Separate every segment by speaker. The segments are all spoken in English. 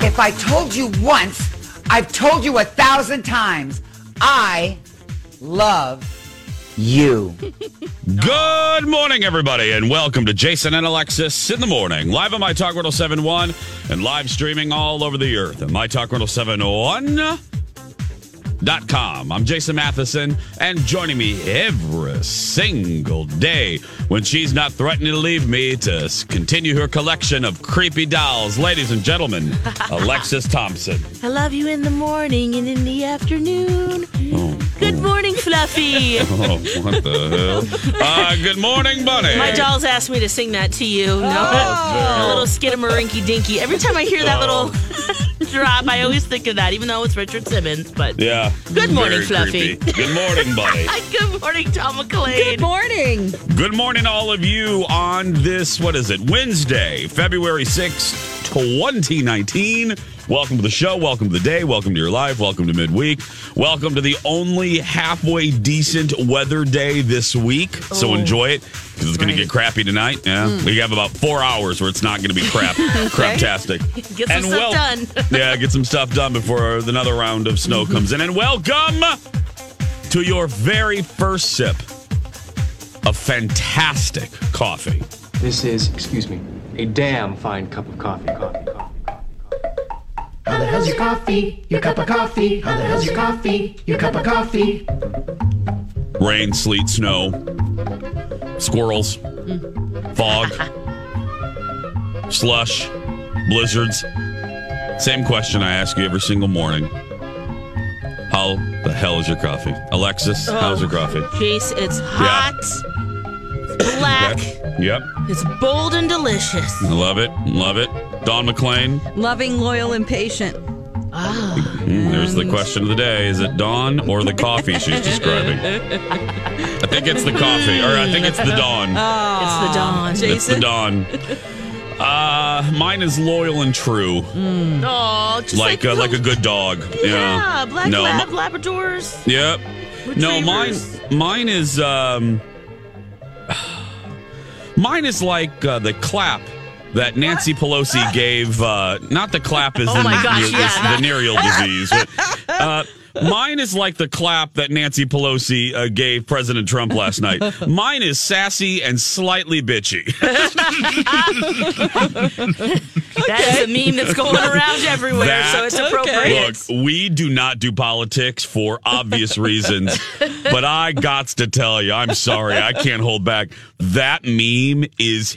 Speaker 1: If I told you once, I've told you a thousand times. I love you.
Speaker 2: Good morning, everybody, and welcome to Jason and Alexis in the morning, live on My Talk oh Riddle 71 and live streaming all over the earth at MyTalkRiddle71.com. I'm Jason Matheson, and joining me every single day when she's not threatening to leave me to s- continue her collection of creepy dolls, ladies and gentlemen, Alexis Thompson.
Speaker 3: I love you in the morning and in the afternoon.
Speaker 2: Oh,
Speaker 3: Good morning, Fluffy.
Speaker 2: oh, what the hell? Uh, good morning, Bunny.
Speaker 3: My dolls asked me to sing that to you.
Speaker 2: Oh.
Speaker 3: No, a little skidamarinky dinky. Every time I hear that little drop, I always think of that, even though it's Richard Simmons. But
Speaker 2: Oh. Yeah.
Speaker 3: Good morning,
Speaker 2: Very
Speaker 3: Fluffy.
Speaker 2: creepy. Good morning, buddy.
Speaker 3: good morning, Tom McLean.
Speaker 4: morning.
Speaker 2: Good morning, all of you, on this, what is it, Wednesday, February 6th, 2019. Welcome to the show. Welcome to the day. Welcome to your life. Welcome to midweek. Welcome to the only halfway decent weather day this week. So enjoy it because it's going
Speaker 3: Right.
Speaker 2: to get crappy tonight. Yeah. We have about four hours where it's not going to be crap. Craptastic.
Speaker 3: Get some
Speaker 2: And
Speaker 3: stuff
Speaker 2: wel-
Speaker 3: done. Mm-hmm.
Speaker 2: yeah, get some stuff done before another round of snow comes in. And welcome to your very first sip of fantastic coffee.
Speaker 5: This is, excuse me, a damn fine cup of coffee. Coffee, coffee, coffee, coffee.
Speaker 6: How the hell's your coffee? Your cup of coffee? How the hell's your coffee? Your cup of coffee?
Speaker 2: Rain, sleet, snow, squirrels,
Speaker 3: Mm.
Speaker 2: fog, slush, blizzards. Same question I ask you every single morning. How the hell is your coffee? Alexis,
Speaker 3: Oh.
Speaker 2: how's your coffee?
Speaker 3: Jace, it's hot. It's black.
Speaker 2: Yep.
Speaker 3: It's bold and delicious.
Speaker 2: I Love it. Love it. Don McLean,
Speaker 4: Loving, loyal, and patient.
Speaker 2: Mm, There's the question of the day. Is it dawn or the coffee she's describing? I think it's the coffee, or I think it's the
Speaker 3: Uh,
Speaker 2: dawn.
Speaker 3: It's the dawn.
Speaker 2: It's the dawn. Uh, mine is loyal and true,
Speaker 3: Aw, just
Speaker 2: like uh, like a good dog.
Speaker 3: Mm. yeah, black
Speaker 2: No.
Speaker 3: lab,
Speaker 2: mi-
Speaker 3: Labradors.
Speaker 2: yep. No, mine
Speaker 3: Retrievers.
Speaker 2: mine is um. Mine is like uh, the clap that Nancy Pelosi gave. Uh, not the clap is
Speaker 3: Oh
Speaker 2: the,
Speaker 3: my gosh,
Speaker 2: is
Speaker 3: yeah, that-
Speaker 2: venereal disease. but, uh, mine is like the clap that Nancy Pelosi uh, gave President Trump last night. Mine is sassy and slightly bitchy.
Speaker 3: That is a meme that's going around everywhere,
Speaker 2: That-
Speaker 3: so it's appropriate.
Speaker 2: Look, we do not do politics for obvious reasons, but I got to tell you, I'm sorry, I can't hold back. That meme is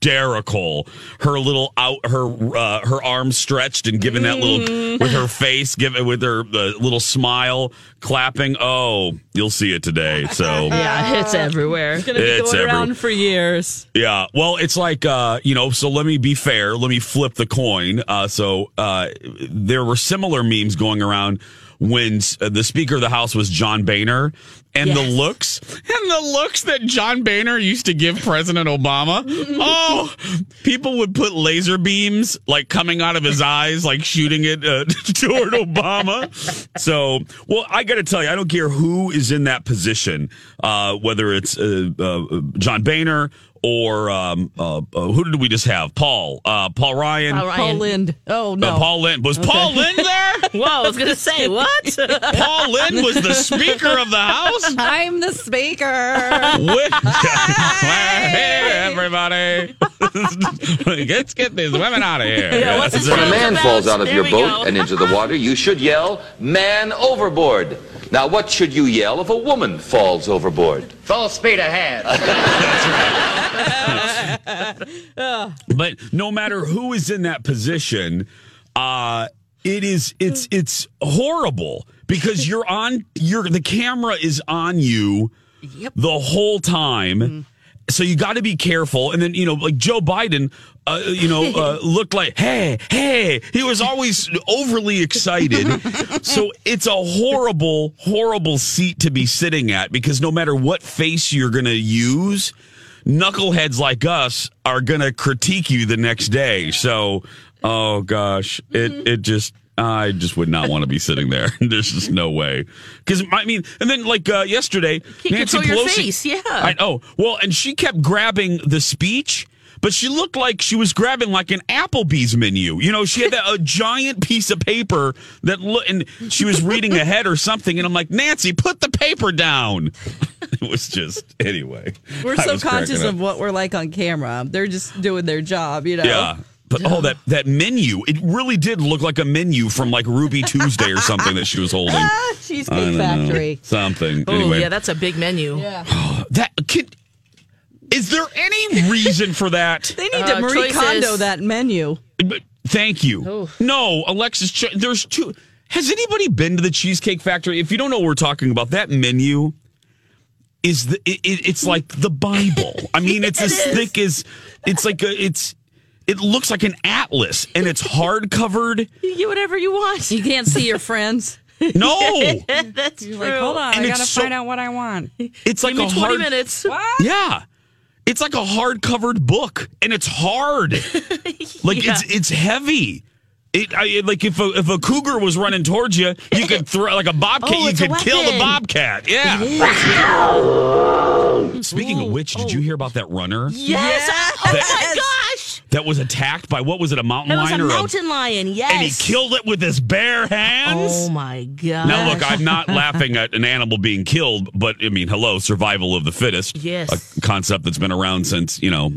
Speaker 2: hysterical. Her little out, her uh, her arm stretched and giving that
Speaker 4: Mm.
Speaker 2: little with her face, giving with her uh, little smile, clapping. Oh, you'll see it today. So
Speaker 3: Yeah, it's everywhere.
Speaker 4: Gonna be
Speaker 2: It's
Speaker 4: going
Speaker 2: every-
Speaker 4: around for years.
Speaker 2: yeah. Well, it's like uh, you know. So let me be fair. Let me flip the coin. Uh, so uh, there were similar memes going around when uh, the Speaker of the House was John Boehner, and the
Speaker 3: Yes.
Speaker 2: looks and the looks that John Boehner used to give President Obama. oh, people would put laser beams like coming out of his eyes, like shooting it uh, toward Obama. So, well, I got to tell you, I don't care who is in that position, uh, whether it's uh, uh, John Boehner or um, uh, uh, who did we just have? Paul, uh, Paul Ryan.
Speaker 3: All right.
Speaker 4: Paul Lind. Oh, no.
Speaker 2: Uh, Paul Lynn was Paul Lynn there?
Speaker 3: Whoa, I was gonna say what?
Speaker 2: Paul Lynn was the Speaker of the House.
Speaker 4: I'm the speaker.
Speaker 2: Wh- hey, everybody. Let's get these women out of here.
Speaker 3: Yeah, what's his
Speaker 7: When a
Speaker 3: name?
Speaker 7: man
Speaker 3: About-
Speaker 7: falls out of
Speaker 3: there
Speaker 7: your
Speaker 3: we go.
Speaker 7: boat and into the water, you should yell, man overboard. Now, what should you yell if a woman falls overboard?
Speaker 1: Full speed ahead.
Speaker 2: but no matter who is in that position uh it is it's it's horrible because you're on you're the camera is on you the whole time
Speaker 3: Mm-hmm.
Speaker 2: so you got to be careful and then you know like joe biden uh, you know uh, looked like hey hey he was always overly excited so it's a horrible horrible seat to be sitting at because no matter what face you're gonna use knuckleheads like us are gonna critique you the next day. So, oh gosh,
Speaker 3: Mm-hmm.
Speaker 2: it it just I just would not want to be sitting there. There's just no way. Because I mean, and then like uh, yesterday,
Speaker 3: Can't
Speaker 2: Nancy
Speaker 3: control your
Speaker 2: Pelosi.
Speaker 3: face, yeah.
Speaker 2: I know. Well, and she kept grabbing the speech. But she looked like she was grabbing like an Applebee's menu. You know, she had that, a giant piece of paper that looked, and she was reading ahead or something. And I'm like, Nancy, put the paper down. It was just anyway.
Speaker 4: We're
Speaker 2: I
Speaker 4: so
Speaker 2: was cracking
Speaker 4: conscious
Speaker 2: up.
Speaker 4: of what we're like on camera. They're just doing their job, you know.
Speaker 2: Yeah. But oh, that that menu! It really did look like a menu from like Ruby Tuesday or something that she was holding. I don't
Speaker 4: Ah, Cheesecake
Speaker 2: know.
Speaker 4: Factory.
Speaker 2: something.
Speaker 3: Oh,
Speaker 2: anyway,
Speaker 3: yeah, that's a big menu.
Speaker 2: that kid. Is there any reason for that?
Speaker 4: They need
Speaker 3: Uh,
Speaker 4: to Marie
Speaker 3: choices.
Speaker 4: Kondo that menu.
Speaker 2: But Thank you. No, Alexis. Ch- there's two. Has anybody been to the Cheesecake Factory? If you don't know what we're talking about, that menu is the. It, it- it's like the Bible. I mean, it's as thick as. It's like a. It's. It looks like an atlas, and it's hard covered.
Speaker 3: You get whatever you want.
Speaker 4: You can't see your friends.
Speaker 2: No,
Speaker 3: that's true.
Speaker 4: Like, hold on,
Speaker 2: And
Speaker 4: I
Speaker 2: it's
Speaker 4: gotta
Speaker 2: so-
Speaker 4: find out what I want.
Speaker 2: it's like
Speaker 3: Give me
Speaker 2: a
Speaker 3: 20
Speaker 2: hard.
Speaker 3: minutes.
Speaker 2: Yeah, it's like a hard covered book, and it's hard. like
Speaker 3: Yeah.
Speaker 2: it's it's heavy. It, I, it- like if a, if a cougar was running towards you, you could throw like a bobcat.
Speaker 3: Oh,
Speaker 2: you
Speaker 3: it's a
Speaker 2: could kill the
Speaker 3: weapon.
Speaker 2: bobcat. Yeah. Speaking of which, did you hear about that runner
Speaker 3: Yes. Oh my
Speaker 4: Yes.
Speaker 3: gosh.
Speaker 2: that was attacked by what was it a mountain
Speaker 3: That was
Speaker 2: lion
Speaker 3: a
Speaker 2: or
Speaker 3: mountain lion. Yes.
Speaker 2: and he killed it with his bare hands?
Speaker 3: Oh my god.
Speaker 2: Now, look, I'm not laughing at an animal being killed, but I mean, hello, survival of the fittest.
Speaker 3: Yes.
Speaker 2: A concept that's been around since, you know,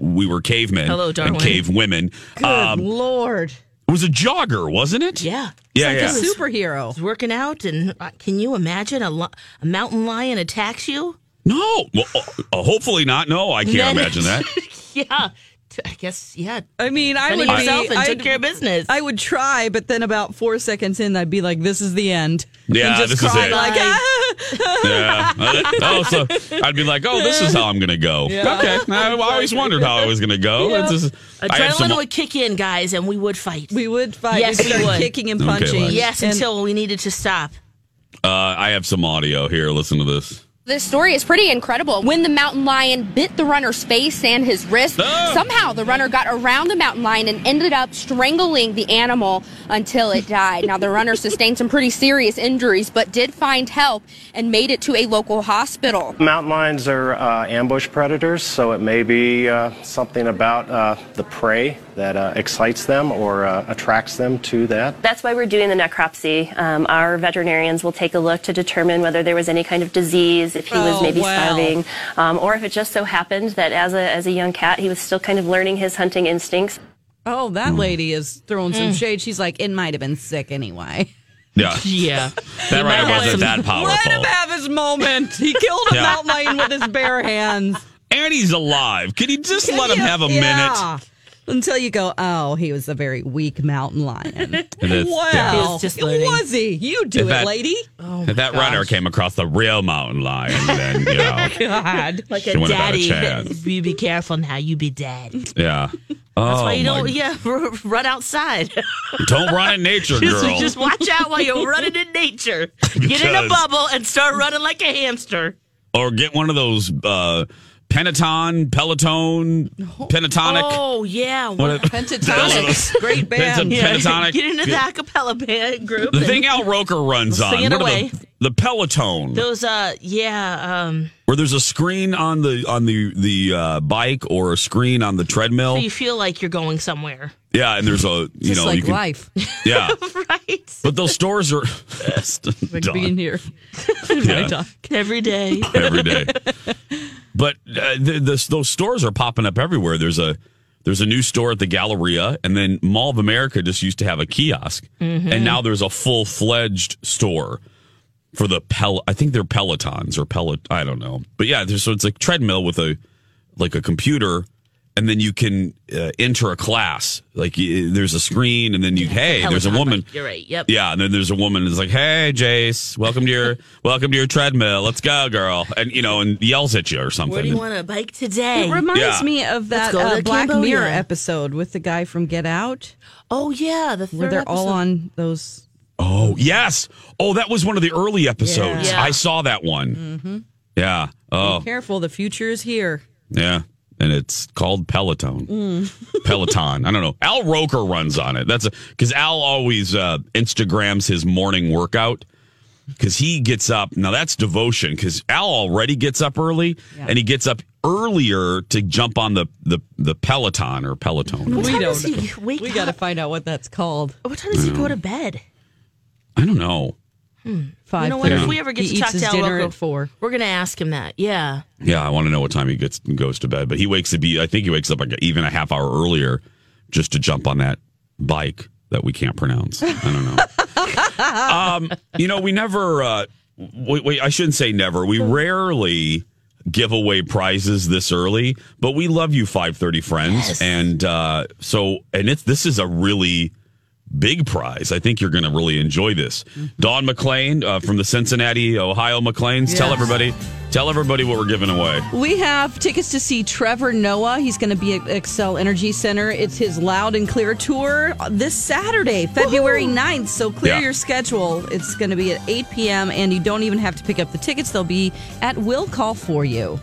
Speaker 2: we were cavemen
Speaker 3: Hello, Darwin.
Speaker 2: and cave women. Um,
Speaker 4: Lord,
Speaker 2: it was a jogger, wasn't it?
Speaker 3: Yeah.
Speaker 2: Yeah,
Speaker 3: It's
Speaker 2: yeah.
Speaker 3: Like Super
Speaker 4: superhero.
Speaker 3: working out, and uh, can you imagine a, lo- a mountain lion attacks you?
Speaker 2: No. Well, uh, hopefully not. No, I can't
Speaker 3: Then-
Speaker 2: imagine that.
Speaker 3: Yeah. T- I guess. Yeah.
Speaker 4: I mean, I would
Speaker 3: Defended yourself
Speaker 4: be.
Speaker 3: and
Speaker 4: I'd,
Speaker 3: took care of business.
Speaker 4: I would try, but then about four seconds in, I'd be like, "This is the end."
Speaker 2: Yeah,
Speaker 4: and just
Speaker 2: this is
Speaker 4: cry
Speaker 2: it.
Speaker 4: Like,
Speaker 3: Bye.
Speaker 4: ah.
Speaker 2: Yeah. oh, so I'd be like, oh, this is how I'm going to go. Okay. I always wondered how I was going to go. It's just- I had
Speaker 3: Adrenaline
Speaker 2: some-
Speaker 3: would kick in, guys, and we would fight.
Speaker 4: we would fight.
Speaker 3: Yes,
Speaker 4: We'd
Speaker 3: we
Speaker 4: start
Speaker 3: would.
Speaker 4: kicking and
Speaker 2: Okay,
Speaker 4: punching.
Speaker 2: Lex.
Speaker 3: yes,
Speaker 4: and
Speaker 3: until we needed to stop.
Speaker 2: uh, I have some audio here. Listen to this.
Speaker 7: This story is pretty incredible. When the mountain lion bit the runner's face and his wrist,
Speaker 2: Oh.
Speaker 7: somehow the runner got around the mountain lion and ended up strangling the animal until it died. Now, the runner sustained some pretty serious injuries, but did find help and made it to a local hospital.
Speaker 6: Mountain lions are uh, ambush predators, so it may be uh, something about uh, the prey that uh, excites them or uh, attracts them to that.
Speaker 7: That's why we're doing the necropsy. Um, our veterinarians will take a look to determine whether there was any kind of disease, if he
Speaker 4: Oh,
Speaker 7: was maybe
Speaker 4: wow.
Speaker 7: starving, um, or if it just so happened that as a, as a young cat, he was still kind of learning his hunting instincts.
Speaker 4: oh,
Speaker 2: Mm.
Speaker 4: that lady is throwing some shade. She's like, "It might have been sick anyway."
Speaker 2: Yeah.
Speaker 3: Yeah.
Speaker 2: That right wasn't that
Speaker 4: Let
Speaker 2: powerful.
Speaker 4: him have his moment. He killed a
Speaker 2: Yeah.
Speaker 4: mountain lion with his bare hands.
Speaker 2: and he's alive. Can you just let him have a minute?
Speaker 4: Yeah. Until you go, oh, he was a very weak mountain lion.
Speaker 2: And if- yeah.
Speaker 3: He
Speaker 4: wow,
Speaker 3: was just learning.
Speaker 4: was he? You do
Speaker 2: If
Speaker 4: it,
Speaker 2: that-
Speaker 4: lady.
Speaker 3: Oh
Speaker 2: If that runner came across the real mountain lion, then you know,
Speaker 4: God,
Speaker 3: Like
Speaker 2: She
Speaker 3: a
Speaker 2: wouldn't have had a
Speaker 3: daddy.
Speaker 2: chance.
Speaker 3: you be careful now. You be daddy. That's
Speaker 2: yeah. Oh,
Speaker 3: why you
Speaker 2: my-
Speaker 3: don't, yeah, run outside.
Speaker 2: don't run in nature,
Speaker 3: just,
Speaker 2: girl.
Speaker 3: just watch out while you're running in nature. Get in a
Speaker 2: Because-
Speaker 3: bubble and start running like a hamster.
Speaker 2: or get one of those uh, Pentaton, Peloton, Pentatonic.
Speaker 3: Oh, yeah.
Speaker 2: what-
Speaker 3: wow.
Speaker 4: pentatonics, great
Speaker 2: It's a
Speaker 4: band.
Speaker 3: Yeah,
Speaker 2: pentatonic.
Speaker 3: Get into the acapella band group.
Speaker 2: the
Speaker 3: and
Speaker 2: thing Al Roker runs
Speaker 3: We'll
Speaker 2: on.
Speaker 3: sing it
Speaker 2: What are
Speaker 3: away.
Speaker 2: The, the Peloton,
Speaker 3: Those, uh, yeah, um,
Speaker 2: where there's a screen on the on the the uh, bike or a screen on the treadmill.
Speaker 3: you feel like you're going somewhere,
Speaker 2: Yeah, and there's a you
Speaker 4: Just
Speaker 2: know
Speaker 4: like
Speaker 2: you can,
Speaker 4: life.
Speaker 2: yeah.
Speaker 3: right?
Speaker 2: But those stores are
Speaker 4: Like
Speaker 2: Dawn.
Speaker 4: being here.
Speaker 2: Yeah.
Speaker 3: Every day.
Speaker 2: every day. But uh, the, the, those stores are popping up everywhere. There's a there's a new store at the Galleria, and then Mall of America just used to have a kiosk, and now there's a full fledged store for the pel. I think they're Pelotons or Pelot. I don't know, but yeah, there's, so it's a treadmill with a like a computer, and then you can uh, enter a class. Like y- there's a screen, and then you hey, there's a
Speaker 3: Peloton,
Speaker 2: woman.
Speaker 3: like, you're right. Yep.
Speaker 2: Yeah, and then there's a woman that's like, "Hey, Jace, welcome to your welcome to your treadmill. Let's go, girl," and you know, and yells at you or something.
Speaker 3: Where do you want to bike today?
Speaker 4: It reminds
Speaker 2: Yeah.
Speaker 4: me of that
Speaker 3: go
Speaker 4: uh,
Speaker 3: to
Speaker 4: Black
Speaker 3: Cambodia.
Speaker 4: Mirror episode with the guy from Get Out,
Speaker 3: Oh yeah, the third
Speaker 4: where they're all
Speaker 3: episode.
Speaker 4: on those.
Speaker 2: Oh yes. Oh, that was one of the early episodes.
Speaker 3: Yeah. Mm-hmm. Yeah.
Speaker 2: I saw that one. Yeah. Oh,
Speaker 4: Careful, the future is here.
Speaker 2: yeah. And it's called Peloton. Peloton. I don't know. Al Roker runs on it. That's because Al always uh, Instagrams his morning workout because he gets up. Now that's devotion because Al already gets up early and he gets up earlier to jump on the the, the Peloton or Peloton.
Speaker 3: What
Speaker 4: We
Speaker 3: time
Speaker 4: don't
Speaker 3: does he wake
Speaker 4: We
Speaker 3: up?
Speaker 4: got to find out what that's called.
Speaker 3: What time does he go to bed?
Speaker 2: I don't know.
Speaker 4: Five.
Speaker 3: You know what? If
Speaker 2: Yeah.
Speaker 3: we ever get
Speaker 4: He
Speaker 3: to
Speaker 4: eats
Speaker 3: talk
Speaker 4: his
Speaker 3: to Al
Speaker 4: dinner
Speaker 3: Rocco,
Speaker 4: at four.
Speaker 3: we're gonna ask him that. Yeah.
Speaker 2: Yeah, I want to know what time he gets goes to bed, but he wakes up. I think he wakes up like even a half hour earlier just to jump on that bike that we can't pronounce. I don't know. um, you know, we never. Uh, we, we, I shouldn't say never. We rarely give away prizes this early, but we love you, five thirty friends, and uh, so and it's this is a really big prize. I think you're going to really enjoy this. Dawn McLean uh, from the Cincinnati, Ohio McLeans. Tell everybody, tell everybody what we're giving away.
Speaker 4: We have tickets to see Trevor Noah. He's going to be at Excel Energy Center. It's his Loud and Clear tour this Saturday, February 9th. So clear
Speaker 2: Yeah.
Speaker 4: your schedule. It's going to be at 8 p.m. and you don't even have to pick up the tickets. They'll be at will call for you.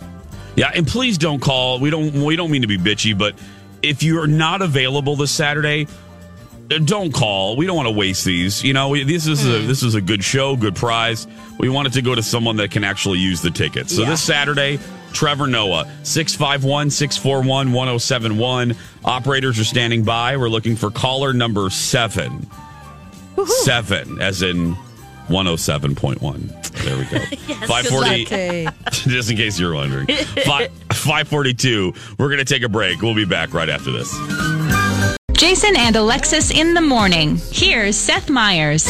Speaker 2: Yeah, and please don't call. We don't. We don't mean to be bitchy, but if you are not available this Saturday, uh, don't call. We don't want to waste these. You know, we, this is a this is a good show, good prize. We want it to go to someone that can actually use the tickets. So this Saturday, Trevor Noah, 651-641-1071. Operators are standing by. We're looking for caller number 7. 7 as in 107.1. There we go. 540
Speaker 4: Okay.
Speaker 2: just in case you're wondering. Five, 542. We're going to take a break. We'll be back right after this.
Speaker 8: Jason and Alexis in the morning. Here's Seth Meyers.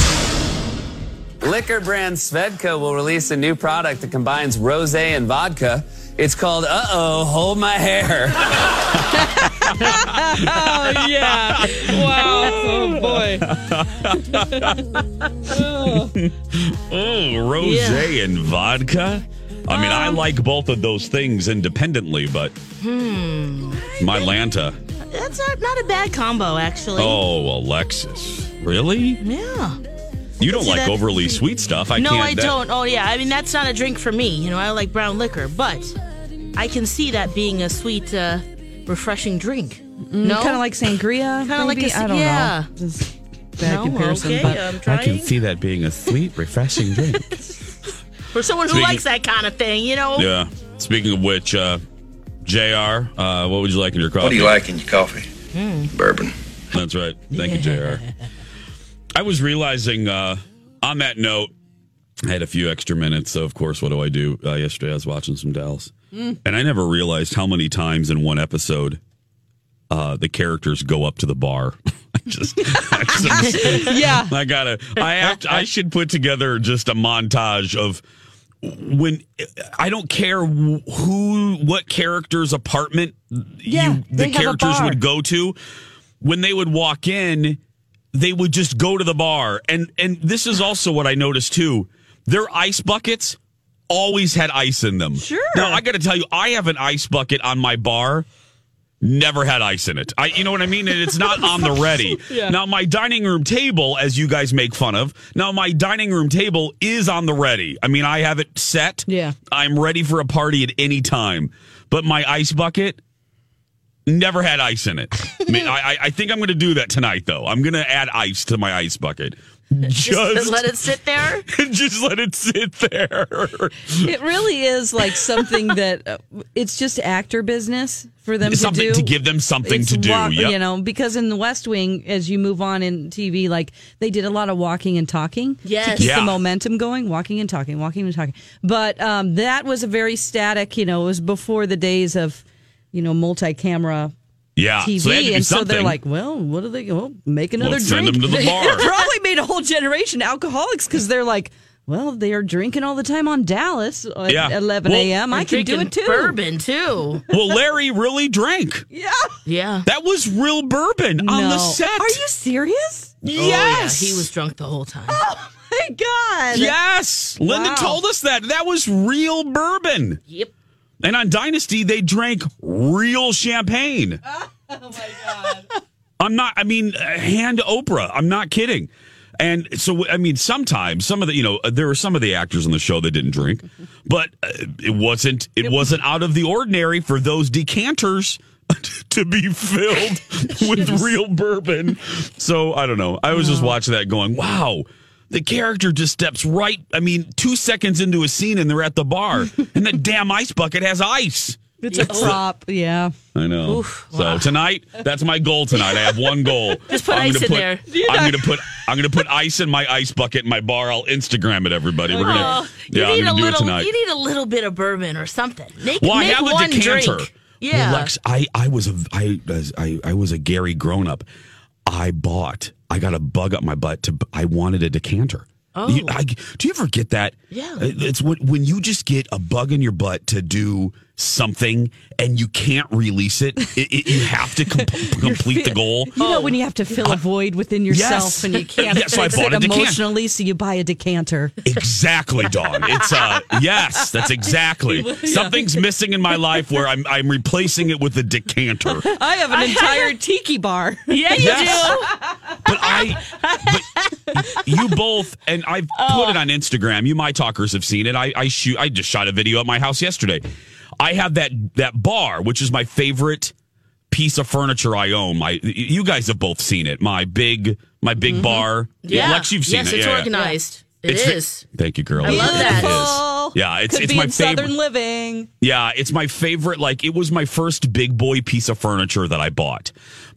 Speaker 5: Liquor brand Svedka will release a new product that combines rose and vodka. It's called Uh Oh, Hold My Hair.
Speaker 4: oh, yeah. Wow. Oh, boy.
Speaker 2: Oh, rose and vodka. I mean, I
Speaker 3: Um,
Speaker 2: like both of those things independently, but
Speaker 3: Hmm.
Speaker 2: my Lanta.
Speaker 3: That's not, not a bad combo, actually.
Speaker 2: Oh, Alexis. Really?
Speaker 3: Yeah.
Speaker 2: You don't
Speaker 3: See,
Speaker 2: like
Speaker 3: that-
Speaker 2: overly sweet stuff. I
Speaker 3: no,
Speaker 2: can't.
Speaker 3: I
Speaker 2: that-
Speaker 3: don't. Oh, yeah. I mean, that's not a drink for me. You know, I like brown liquor, but I can see that being a sweet, uh, refreshing drink. no,
Speaker 4: Kind of Mm-hmm. like sangria.
Speaker 3: Kinda like
Speaker 4: maybe?
Speaker 3: a-
Speaker 4: I don't
Speaker 3: yeah.
Speaker 4: know. This is a bad
Speaker 3: No,
Speaker 4: comparison,
Speaker 3: okay,
Speaker 4: but
Speaker 3: I'm
Speaker 2: I
Speaker 3: trying.
Speaker 2: can see that being a sweet, refreshing drink.
Speaker 3: For someone who
Speaker 2: Speaking-
Speaker 3: likes that kind of thing, you know.
Speaker 2: yeah. Speaking of which, uh, JR, uh, what would you like in your coffee? What do you like?
Speaker 9: Making your coffee.
Speaker 3: Hmm.
Speaker 9: Bourbon.
Speaker 2: That's right. Thank you, JR. I was realizing uh, on that note, I had a few extra minutes. So, of course, what do I do? Uh, yesterday, I was watching some Dallas, and I never realized how many times in one episode uh, the characters go up to the bar. I just, I just-
Speaker 4: yeah.
Speaker 2: I gotta, I have to, I should put together just a montage of when I don't care who, what character's apartment
Speaker 4: Yeah,
Speaker 2: you,
Speaker 4: they
Speaker 2: the
Speaker 4: have a
Speaker 2: characters
Speaker 4: bar.
Speaker 2: would go to when they would walk in they would just go to the bar and and this is also what i noticed too their ice buckets always had ice in them sure now i gotta tell you i have an ice bucket on my bar never had ice in it i you know what i mean and it's not on the ready now my dining room table as you guys make fun of now my dining room table is on the ready i mean i have it set
Speaker 4: Yeah.
Speaker 2: i'm ready for a party at any time but my ice bucket Never had ice in it. I, mean, I, I- I think I'm going to do that tonight, though. I'm going to add ice to my ice bucket. Just,
Speaker 3: Just let it sit there.
Speaker 2: just let it sit there.
Speaker 4: It really is like something that uh, it's just actor business for them
Speaker 2: something
Speaker 4: to do.
Speaker 2: to give them something
Speaker 4: It's
Speaker 2: to do.
Speaker 4: walk-
Speaker 2: yep.
Speaker 4: You know, because in the West Wing, as you move on in TV, like they did a lot of walking and talking to
Speaker 3: Yes.
Speaker 4: keep
Speaker 3: Yeah.
Speaker 4: the momentum going, walking and talking, walking and talking. But um, that was a very static. You know, it was before the days of you know multi-camera
Speaker 2: yeah.
Speaker 4: TV,
Speaker 2: so they had to do
Speaker 4: and so they're
Speaker 2: something.
Speaker 4: like, well, what are they? Well, make another
Speaker 2: Let's send
Speaker 4: drink.
Speaker 2: them to the
Speaker 4: They
Speaker 2: bar.
Speaker 4: probably made a whole generation alcoholics because they're like. Well, they are drinking all the time on Dallas at
Speaker 2: Yeah.
Speaker 4: 11
Speaker 2: Well-
Speaker 4: a.m. I
Speaker 3: They're
Speaker 4: can do
Speaker 3: drinking
Speaker 4: it too.
Speaker 3: Bourbon too.
Speaker 2: well, Larry really drank.
Speaker 4: Yeah.
Speaker 3: Yeah.
Speaker 2: That was real bourbon on the
Speaker 4: No.
Speaker 2: set.
Speaker 4: Are you serious?
Speaker 3: Oh,
Speaker 2: Yes.
Speaker 3: yeah, he was drunk the whole time.
Speaker 4: My God.
Speaker 2: Yes. Linda
Speaker 4: Wow.
Speaker 2: told us that. That was real bourbon.
Speaker 3: Yep.
Speaker 2: And on Dynasty, they drank real champagne. Oh, my God. I'm not, I mean, uh, hand Oprah. I'm not kidding. And so, I mean, sometimes some of the, you know, uh, there were some of the actors on the show that didn't drink, but uh, it wasn't, it wasn't out of the ordinary for those decanters to be filled with real bourbon. So I don't know. I was just watching that going, wow. The character just steps right. I mean, two seconds into a scene and they're at the bar, and that damn ice bucket has ice.
Speaker 4: It's a prop. Yeah.
Speaker 2: I know. so tonight, that's my goal tonight. I have one goal.
Speaker 3: Just put ice
Speaker 2: gonna
Speaker 3: in there.
Speaker 2: I'm gonna put I'm gonna put ice in my ice bucket in my bar. I'll Instagram it, everybody. We're gonna
Speaker 3: Oh, you
Speaker 2: yeah, I'm
Speaker 3: need
Speaker 2: gonna
Speaker 3: a
Speaker 2: do it
Speaker 3: little.
Speaker 2: tonight.
Speaker 3: You need a little bit of bourbon or something. Make,
Speaker 2: well, I
Speaker 3: make
Speaker 2: have a
Speaker 3: one
Speaker 2: decanter.
Speaker 3: drink. Yeah.
Speaker 2: Well, Lex, I, I was a I, as- I I was a Gary grown up. I bought. I got a bug up my butt to. I wanted a decanter.
Speaker 3: Oh.
Speaker 2: You- I- do you ever get that?
Speaker 3: Yeah.
Speaker 2: It's when when you just get a bug in your butt to do something and you can't release it. it, it you have to com- complete the goal.
Speaker 4: You know when you have to fill a void within yourself
Speaker 2: Oh. Yes.
Speaker 4: and you can't
Speaker 2: Yes, so I
Speaker 4: fix
Speaker 2: bought
Speaker 4: it
Speaker 2: a decanter.
Speaker 4: emotionally, so you buy a decanter.
Speaker 2: Exactly, Dawn. It's uh yes, that's exactly. Something's missing in my life where I'm I'm replacing it with a decanter.
Speaker 4: I have an entire tiki bar.
Speaker 3: yeah, you
Speaker 2: Yes.
Speaker 3: do.
Speaker 2: But I, but you both, and I've put it on Instagram. You, my talkers, have seen it. I, I shoot. I just shot a video at my house yesterday. I have that that bar, which is my favorite piece of furniture I own. My, you guys have both seen it. My big, my big bar.
Speaker 3: Mm-hmm. Yeah.
Speaker 2: Lex, you've seen
Speaker 3: yes,
Speaker 2: it.
Speaker 3: it's
Speaker 2: Yeah, yeah.
Speaker 3: organized.
Speaker 2: It's
Speaker 3: It
Speaker 2: fa-
Speaker 3: is.
Speaker 2: Thank you, girl. I
Speaker 3: love that.
Speaker 4: Beautiful.
Speaker 2: Yeah, it's
Speaker 4: Oh, Could
Speaker 2: it's
Speaker 4: be
Speaker 2: my
Speaker 4: in
Speaker 2: favorite.
Speaker 4: Southern living.
Speaker 2: Yeah, it's my favorite. Like it was my first big boy piece of furniture that I bought.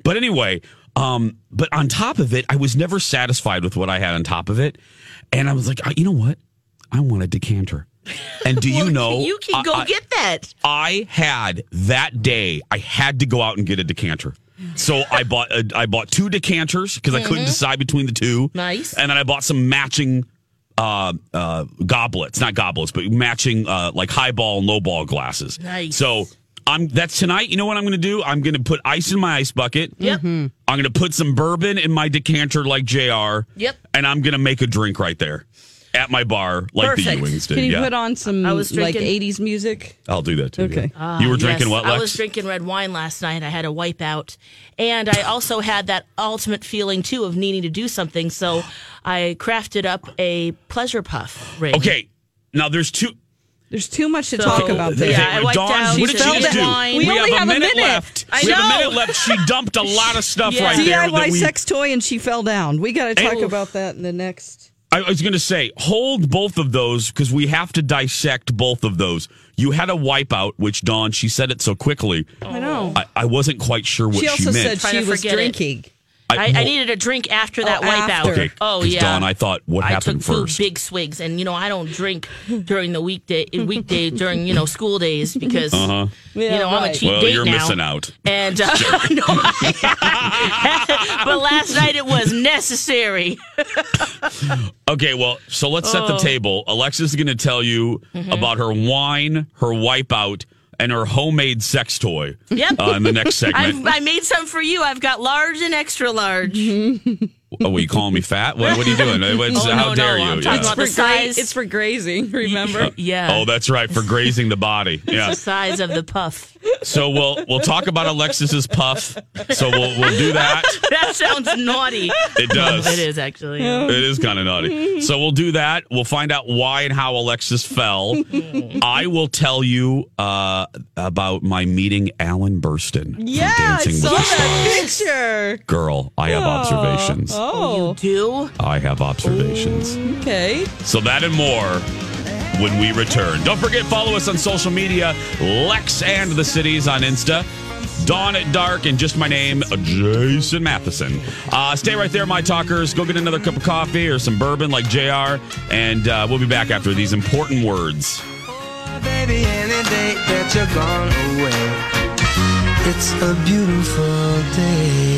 Speaker 2: But anyway, um, but on top of it, I was never satisfied with what I had on top of it, and I was like, I- you know what? I want a decanter. And do you know?
Speaker 3: you can
Speaker 2: I-
Speaker 3: go
Speaker 2: I,
Speaker 3: get that.
Speaker 2: I had that day. I had to go out and get a decanter. So I bought a, I bought two decanters because I couldn't decide between the two.
Speaker 3: Mm-hmm. Nice.
Speaker 2: And then I bought some matching uh, uh, goblets, not goblets, but matching uh, like highball and lowball glasses.
Speaker 3: Nice.
Speaker 2: So I'm that's tonight. You know what I'm going to do? I'm going to put ice in my ice bucket.
Speaker 3: Yep.
Speaker 4: Mm-hmm.
Speaker 2: I'm going to put some bourbon in my decanter like Jr.
Speaker 3: Yep.
Speaker 2: And I'm going to make a drink right there at my bar like
Speaker 3: Perfect.
Speaker 2: the Ewings did.
Speaker 4: Can you
Speaker 2: yeah.
Speaker 4: put on some
Speaker 3: I was
Speaker 4: like
Speaker 3: drinking-
Speaker 4: 80s music?
Speaker 2: I'll do that too.
Speaker 4: Okay.
Speaker 2: yeah. you were drinking
Speaker 3: Ah, Yes,
Speaker 2: what? Lex?
Speaker 3: I was drinking red wine last night. I had a wipeout, and I also had that ultimate feeling too of needing to do something. So I crafted up a pleasure puff ring.
Speaker 2: Okay. Now there's two. oh,
Speaker 4: There's too much to
Speaker 3: So-
Speaker 4: talk about
Speaker 3: Yeah,
Speaker 4: there.
Speaker 3: I wiped
Speaker 2: Dawn,
Speaker 3: out.
Speaker 2: what did
Speaker 3: She
Speaker 2: she just
Speaker 3: spilled
Speaker 2: do?
Speaker 3: wine.
Speaker 4: We only have a minute.
Speaker 2: left.
Speaker 3: I
Speaker 2: we have
Speaker 3: know.
Speaker 2: a minute left. She dumped a lot of stuff
Speaker 3: Yeah.
Speaker 2: right
Speaker 3: See,
Speaker 2: there.
Speaker 4: DIY
Speaker 2: that we-
Speaker 4: sex toy and she fell down. We got to talk
Speaker 2: Oof.
Speaker 4: about that in the next.
Speaker 2: I was going to say, hold both of those because we have to dissect both of those. You had a wipeout, which Dawn, she said it so quickly.
Speaker 4: I know.
Speaker 2: I, I wasn't quite sure what
Speaker 4: Oh. she
Speaker 2: she,
Speaker 4: also
Speaker 2: meant.
Speaker 4: said
Speaker 3: Trying
Speaker 4: she
Speaker 3: to
Speaker 4: was
Speaker 3: forget it.
Speaker 4: drinking.
Speaker 3: I, I
Speaker 2: well,
Speaker 3: needed a drink after that
Speaker 4: Oh,
Speaker 3: wipeout.
Speaker 4: after.
Speaker 2: Okay,
Speaker 3: oh
Speaker 2: 'cause
Speaker 3: yeah,
Speaker 2: Dawn, I thought, what
Speaker 3: I
Speaker 2: happened
Speaker 3: took two
Speaker 2: first?
Speaker 3: big swigs, and you know I don't drink during the weekday weekday during you know school days because you
Speaker 4: Yeah,
Speaker 3: know I'm a
Speaker 4: right.
Speaker 3: cheap
Speaker 2: Uh-huh. Well,
Speaker 3: date
Speaker 2: you're
Speaker 3: now.
Speaker 2: missing out.
Speaker 3: And uh, no, I- but last night it was necessary.
Speaker 2: Okay, well, so let's set
Speaker 4: Oh.
Speaker 2: the table. Alexis is going to tell you
Speaker 4: Mm-hmm.
Speaker 2: about her wine, her wipeout, and her homemade sex toy
Speaker 3: Yep.
Speaker 2: uh, in the next segment.
Speaker 3: I've, I made some for you. I've got large and extra large.
Speaker 2: Oh, you calling me fat? What, what are you doing? What's-
Speaker 4: Oh,
Speaker 2: how
Speaker 4: no,
Speaker 2: dare
Speaker 4: no,
Speaker 2: you?
Speaker 4: I'm talking about the size. It's for grazing, remember?
Speaker 2: Oh, that's right for grazing the body. Yeah.
Speaker 3: The size of the puff.
Speaker 2: So we'll we'll talk about Alexis's puff. So we'll we'll do that.
Speaker 3: That sounds naughty.
Speaker 2: It does.
Speaker 3: It is actually. yeah.
Speaker 2: It is kind of naughty. So we'll do that. We'll find out why and how Alexis fell. I will tell you uh, about my meeting Alan Burston. from
Speaker 4: Yeah, I
Speaker 2: Dancing with
Speaker 4: saw
Speaker 2: the
Speaker 4: that picture.
Speaker 2: Girl, I have observations.
Speaker 4: Oh,
Speaker 3: you
Speaker 2: I have observations.
Speaker 4: do? Okay.
Speaker 2: So that and more when we return. Don't forget, follow us on social media, Lex and the Cities on Insta. Dawn at Dark and just my name, Jason Matheson. Uh, stay right there, my talkers. Go get another cup of coffee or some bourbon like JR, and uh, we'll be back after these important words.
Speaker 10: Baby, any day that you're gone away, it's a beautiful day.